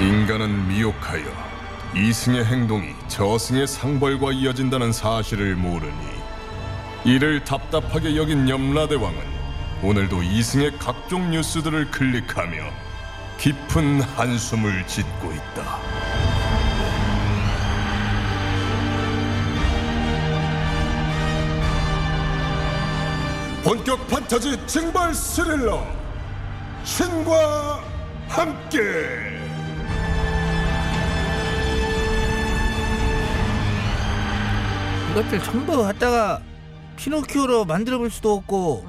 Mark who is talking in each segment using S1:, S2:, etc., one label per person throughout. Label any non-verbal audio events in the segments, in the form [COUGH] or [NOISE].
S1: 인간은 미혹하여 이승의 행동이 저승의 상벌과 이어진다는 사실을 모르니 이를 답답하게 여긴 염라대왕은 오늘도 이승의 각종 뉴스들을 클릭하며 깊은 한숨을 짓고 있다. 본격 판타지 징벌 스릴러 신과 함께
S2: 이것들 전부 갖다가 피노키오로 만들어 볼 수도 없고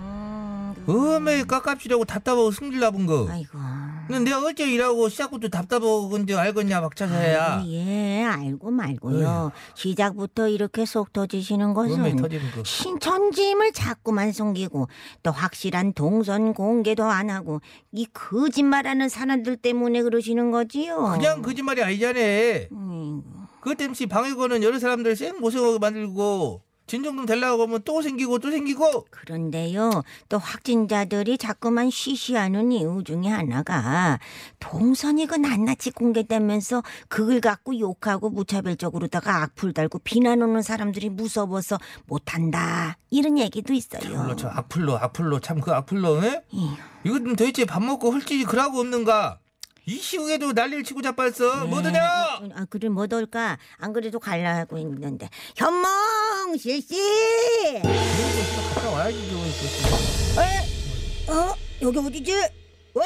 S2: 음에 깎아주려고 답답하고 승질 나본 거
S3: 음, 아이고.
S2: 근데 내가 어째 일하고 시작부터 답답하고 근데 알겠냐 막차사야
S3: 아이고, 예, 알고 말고요. 시작부터 이렇게 속 터지시는
S2: 음에
S3: 것은
S2: 터지는 거
S3: 신천짐을 자꾸만 숨기고 또 확실한 동선 공개도 안 하고 이 거짓말하는 사람들 때문에 그러시는 거지요.
S2: 그냥 거짓말이 아니잖아
S3: 아이고,
S2: 그것 때문에 방해권은 여러 사람들 쌩 모세하게 만들고 진정좀 되려고 하면 또 생기고 또 생기고
S3: 그런데요, 또 확진자들이 자꾸만 쉬쉬하는 이유 중에 하나가 동선이 그 낱낱이 공개되면서 그걸 갖고 욕하고 무차별적으로다가 악플 달고 비난 오는 사람들이 무서워서 못한다 이런 얘기도 있어요. 예.
S2: 물론 저 악플로 악플로 참 그 악플로 응?
S3: 이,
S2: 이것은 도대체 밥 먹고 헐찌지 그라고 없는가 이 시국에도 난리를 치고 자빠졌어 뭐드냐
S3: 아, 그를 뭐 어떨까? 안 그래도 갈라 하고 있는데 현몽 실씨.
S2: 갔다 와야지
S3: 어? 여기 어디지? 어?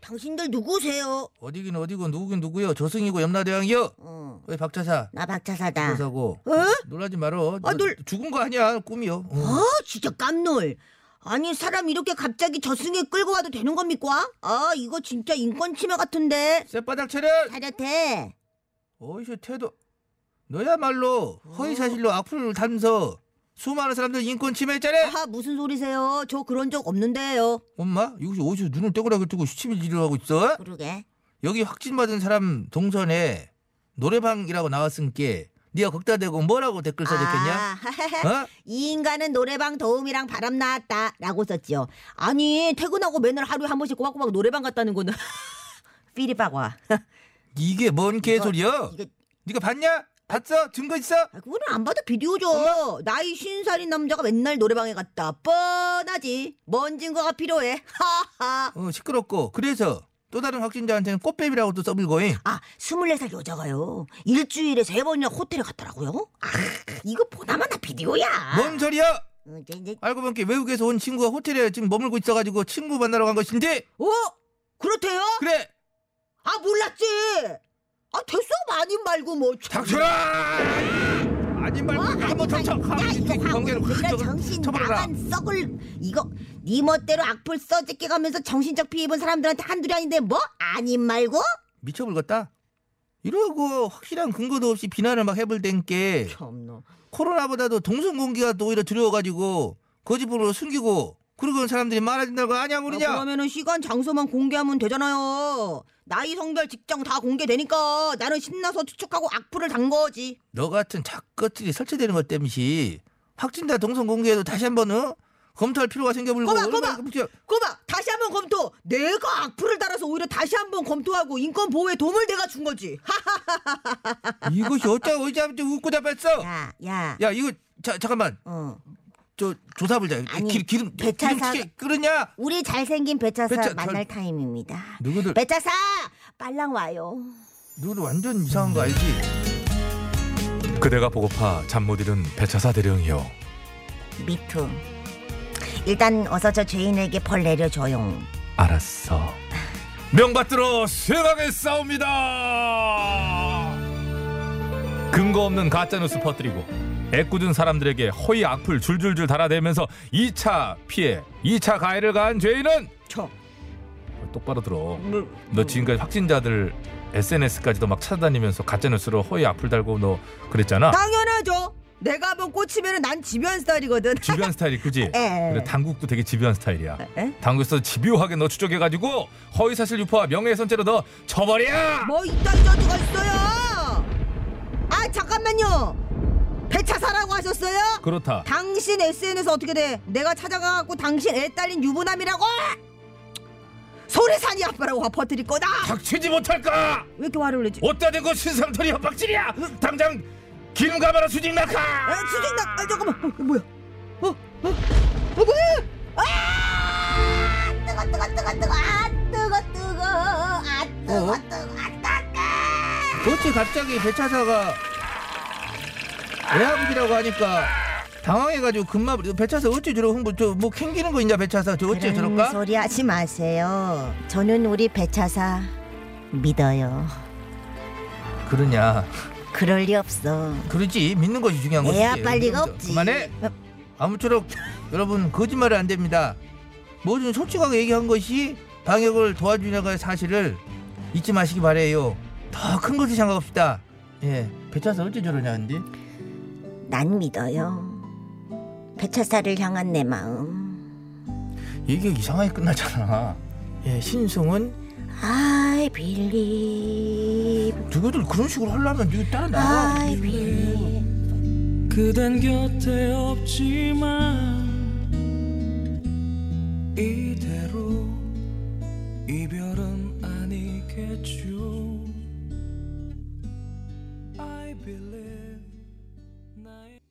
S3: 당신들 누구세요?
S2: 어디긴 어디고 누구긴 누구요 조승이고 염라대왕이요
S3: 어,
S2: 왜 박차사
S3: 나 박차사다.
S2: 박차사고
S3: 어?
S2: 놀라지 말어
S3: 아, 놀-
S2: 죽은 거 아니야 꿈이요 어.
S3: 아 진짜 깜놀. 아니 사람 이렇게 갑자기 저승에 끌고 가도 되는 겁니까? 아 이거 진짜 인권 침해 같은데.
S2: 쌔바닥 차렷
S3: 차렷해.
S2: 어이씨 태도 너야말로 허위사실로 악플을 달면서 수많은 사람들 인권 침해했잖아
S3: 아 무슨 소리세요? 저 그런 적 없는데요.
S2: 엄마 여기서 어디서 눈을 떼고라고 뜨고 시치미질을 하고 있어
S3: 그러게.
S2: 여기 확진받은 사람 동선에 노래방이라고 나왔은 게 네가 거기다 대고 뭐라고 댓글 써줬겠냐
S3: 아, [LAUGHS]
S2: 어?
S3: 이 인간은 노래방 도움이랑 바람 나왔다라고 썼지요. 아니 퇴근하고 맨날 하루에 한 번씩 꼬박꼬박 노래방 갔다는 [LAUGHS] 거는 삐리박와.
S2: 이게 뭔 개소리야
S3: 이거
S2: 네가 봤냐 봤어 증거 있어
S3: 아, 그거는 안 봐도 비디오죠. 나이 쉰 살인 남자가 맨날 노래방에 갔다. 뻔하지. 뭔 증거가 필요해. 하하.
S2: 어, 시끄럽고 그래서 또 다른 확진자한테는 꽃뱀이라고 또 써불고 잉.
S3: 아, 24살 여자가요. 일주일에 세 번이나 호텔에 갔더라고요. 아, 이거 보나마나 비디오야.
S2: 뭔 소리야
S3: 어, 이제, 이제.
S2: 알고 보니 외국에서 온 친구가 호텔에 지금 머물고 있어가지고 친구 만나러 간 것인데
S3: 어? 그렇대요?
S2: 그래
S3: 아, 몰랐지. 아, 됐어. 아님 말고 뭐. 참.
S2: 닥쳐라 아니 말고
S3: 어, 아니,
S2: 한번 닥쳐
S3: 아니, 야, 이거
S2: 한번
S3: 방금
S2: 관계를
S3: 그런 정신 나간 썩을 이거 네 멋대로 악플 써짓게 가면서 정신적 피해 입은 사람들한테 한둘이 아닌데 뭐? 아님 말고?
S2: 미쳐불겠다 이러고 확실한 근거도 없이 비난을 막 해볼 땐게
S3: 참노.
S2: 코로나보다도 동선 공기가 또 오히려 두려워가지고 거짓으로 숨기고 그러고는 사람들이 많아진다고 아냐
S3: 아,
S2: 모르냐
S3: 그러면은 시간 장소만 공개하면 되잖아요. 나이 성별 직장 다 공개되니까 나는 신나서 추측하고 악플을 단 거지.
S2: 너 같은 작것들이 설치되는 것 때문이지 확진자 동선 공개에도 다시 한번 어? 검토할 필요가 생겨불고
S3: 꼬박,
S2: 얼마나
S3: 꼬박!
S2: 그렇게-
S3: 거봐 다시 한번 검토. 내가 악플을 달아서 오히려 다시 한번 검토하고 인권 보호에 도움을 내가 준 거지.
S2: 이것이 어쩌고 어쩌고 웃고 잡았어
S3: 야, 야,
S2: 야 이거 자, 잠깐만
S3: 어.
S2: 저 조사불자
S3: 아니,
S2: 기, 기름 기름
S3: 배차사가-
S2: 튀게 끓으냐
S3: 우리 잘생긴 배차사
S2: 배차-
S3: 만날
S2: 잘-
S3: 타임입니다.
S2: 누구들
S3: 배차사 빨랑 와요.
S2: 누구들 완전 이상한 거 알지
S4: 그대가 보고파 잠 못 이룬 배차사 대령이여
S3: 미투. 일단 어서 저 죄인에게 벌 내려줘용.
S4: 알았어 명받들어 수행하게 싸웁니다 근거 없는 가짜뉴스 퍼뜨리고 애꿎은 사람들에게 허위 악플 줄줄줄 달아대면서 2차 피해 2차 가해를 가한 죄인은
S3: 저.
S4: 똑바로 들어 너 지금까지 확진자들 SNS까지도 막 찾아다니면서 가짜뉴스로 허위 악플 달고 너 그랬잖아
S3: 당연하죠. 내가 한번 꽂히면은 난 지면 스타일이거든.
S4: 집요한 스타일이 그지?
S3: 에.
S4: 그래 당국도 되게 집요한 스타일이야.
S3: 에?
S4: 당국에서 집요하게 너 추적해가지고 허위사실 유포와 명예훼손죄로 너 처벌이야.
S3: 뭐 이따위 저주가 있어요? 아 잠깐만요. 배차사라고 하셨어요?
S4: 그렇다.
S3: 당신 SNS 어떻게 돼? 내가 찾아가갖고 당신 애 딸린 유부남이라고?
S5: 소래산이 아빠라고 화 퍼뜨릴 거다.
S4: 닥치지 못할까?
S5: 왜 이렇게 화를 내지?
S4: 어따 대고 신상털이 헛박질이야. 당장 기름 가마라 수직
S3: 네,
S5: 아,
S4: 낙하.
S5: 수직 나, 아, 잠깐만, 어, 어, 뭐야? 어, 어, 어, 뭐야?
S3: 뜨거 뜨거 뜨거 뜨거 아 뜨거 뜨거 아 뜨거
S2: 어?
S3: 뜨거 아 따까
S2: 도대체 갑자기 배차사가 외아버지라고 하니까 당황해가지고 금마 배차사 어찌 저러 흥분 저뭐 캥기는 거 있냐 배차사 저 어찌 저럴까?
S3: 소리 하지 마세요 저는 우리 배차사 믿어요
S2: 그러냐?
S3: 그럴 리 없어
S2: 그러지 믿는 것이 중요한 거지.
S3: 애야
S2: 그럼
S3: 빨리가
S2: 저-
S3: 없지 어.
S2: 그만해. 아무쪼록 여러분 거짓말은 안 됩니다. 뭐든 솔직하게 얘기한 것이 방역을 도와주려고 할 사실을 잊지 마시기 바래요. 더 큰 것을 생각합시다. 예, 배차사 어째 저러냐 근데?
S3: 난 믿어요 배차사를 향한 내 마음
S2: 이게 이상하게 끝나잖아. 예, 신승은
S3: I believe
S2: 누구들 그런 식으로 하려면 누구 따라 나가.
S3: I believe
S6: 그댄 곁에 없지만 이대로 이별은 아니겠죠 I believe 나의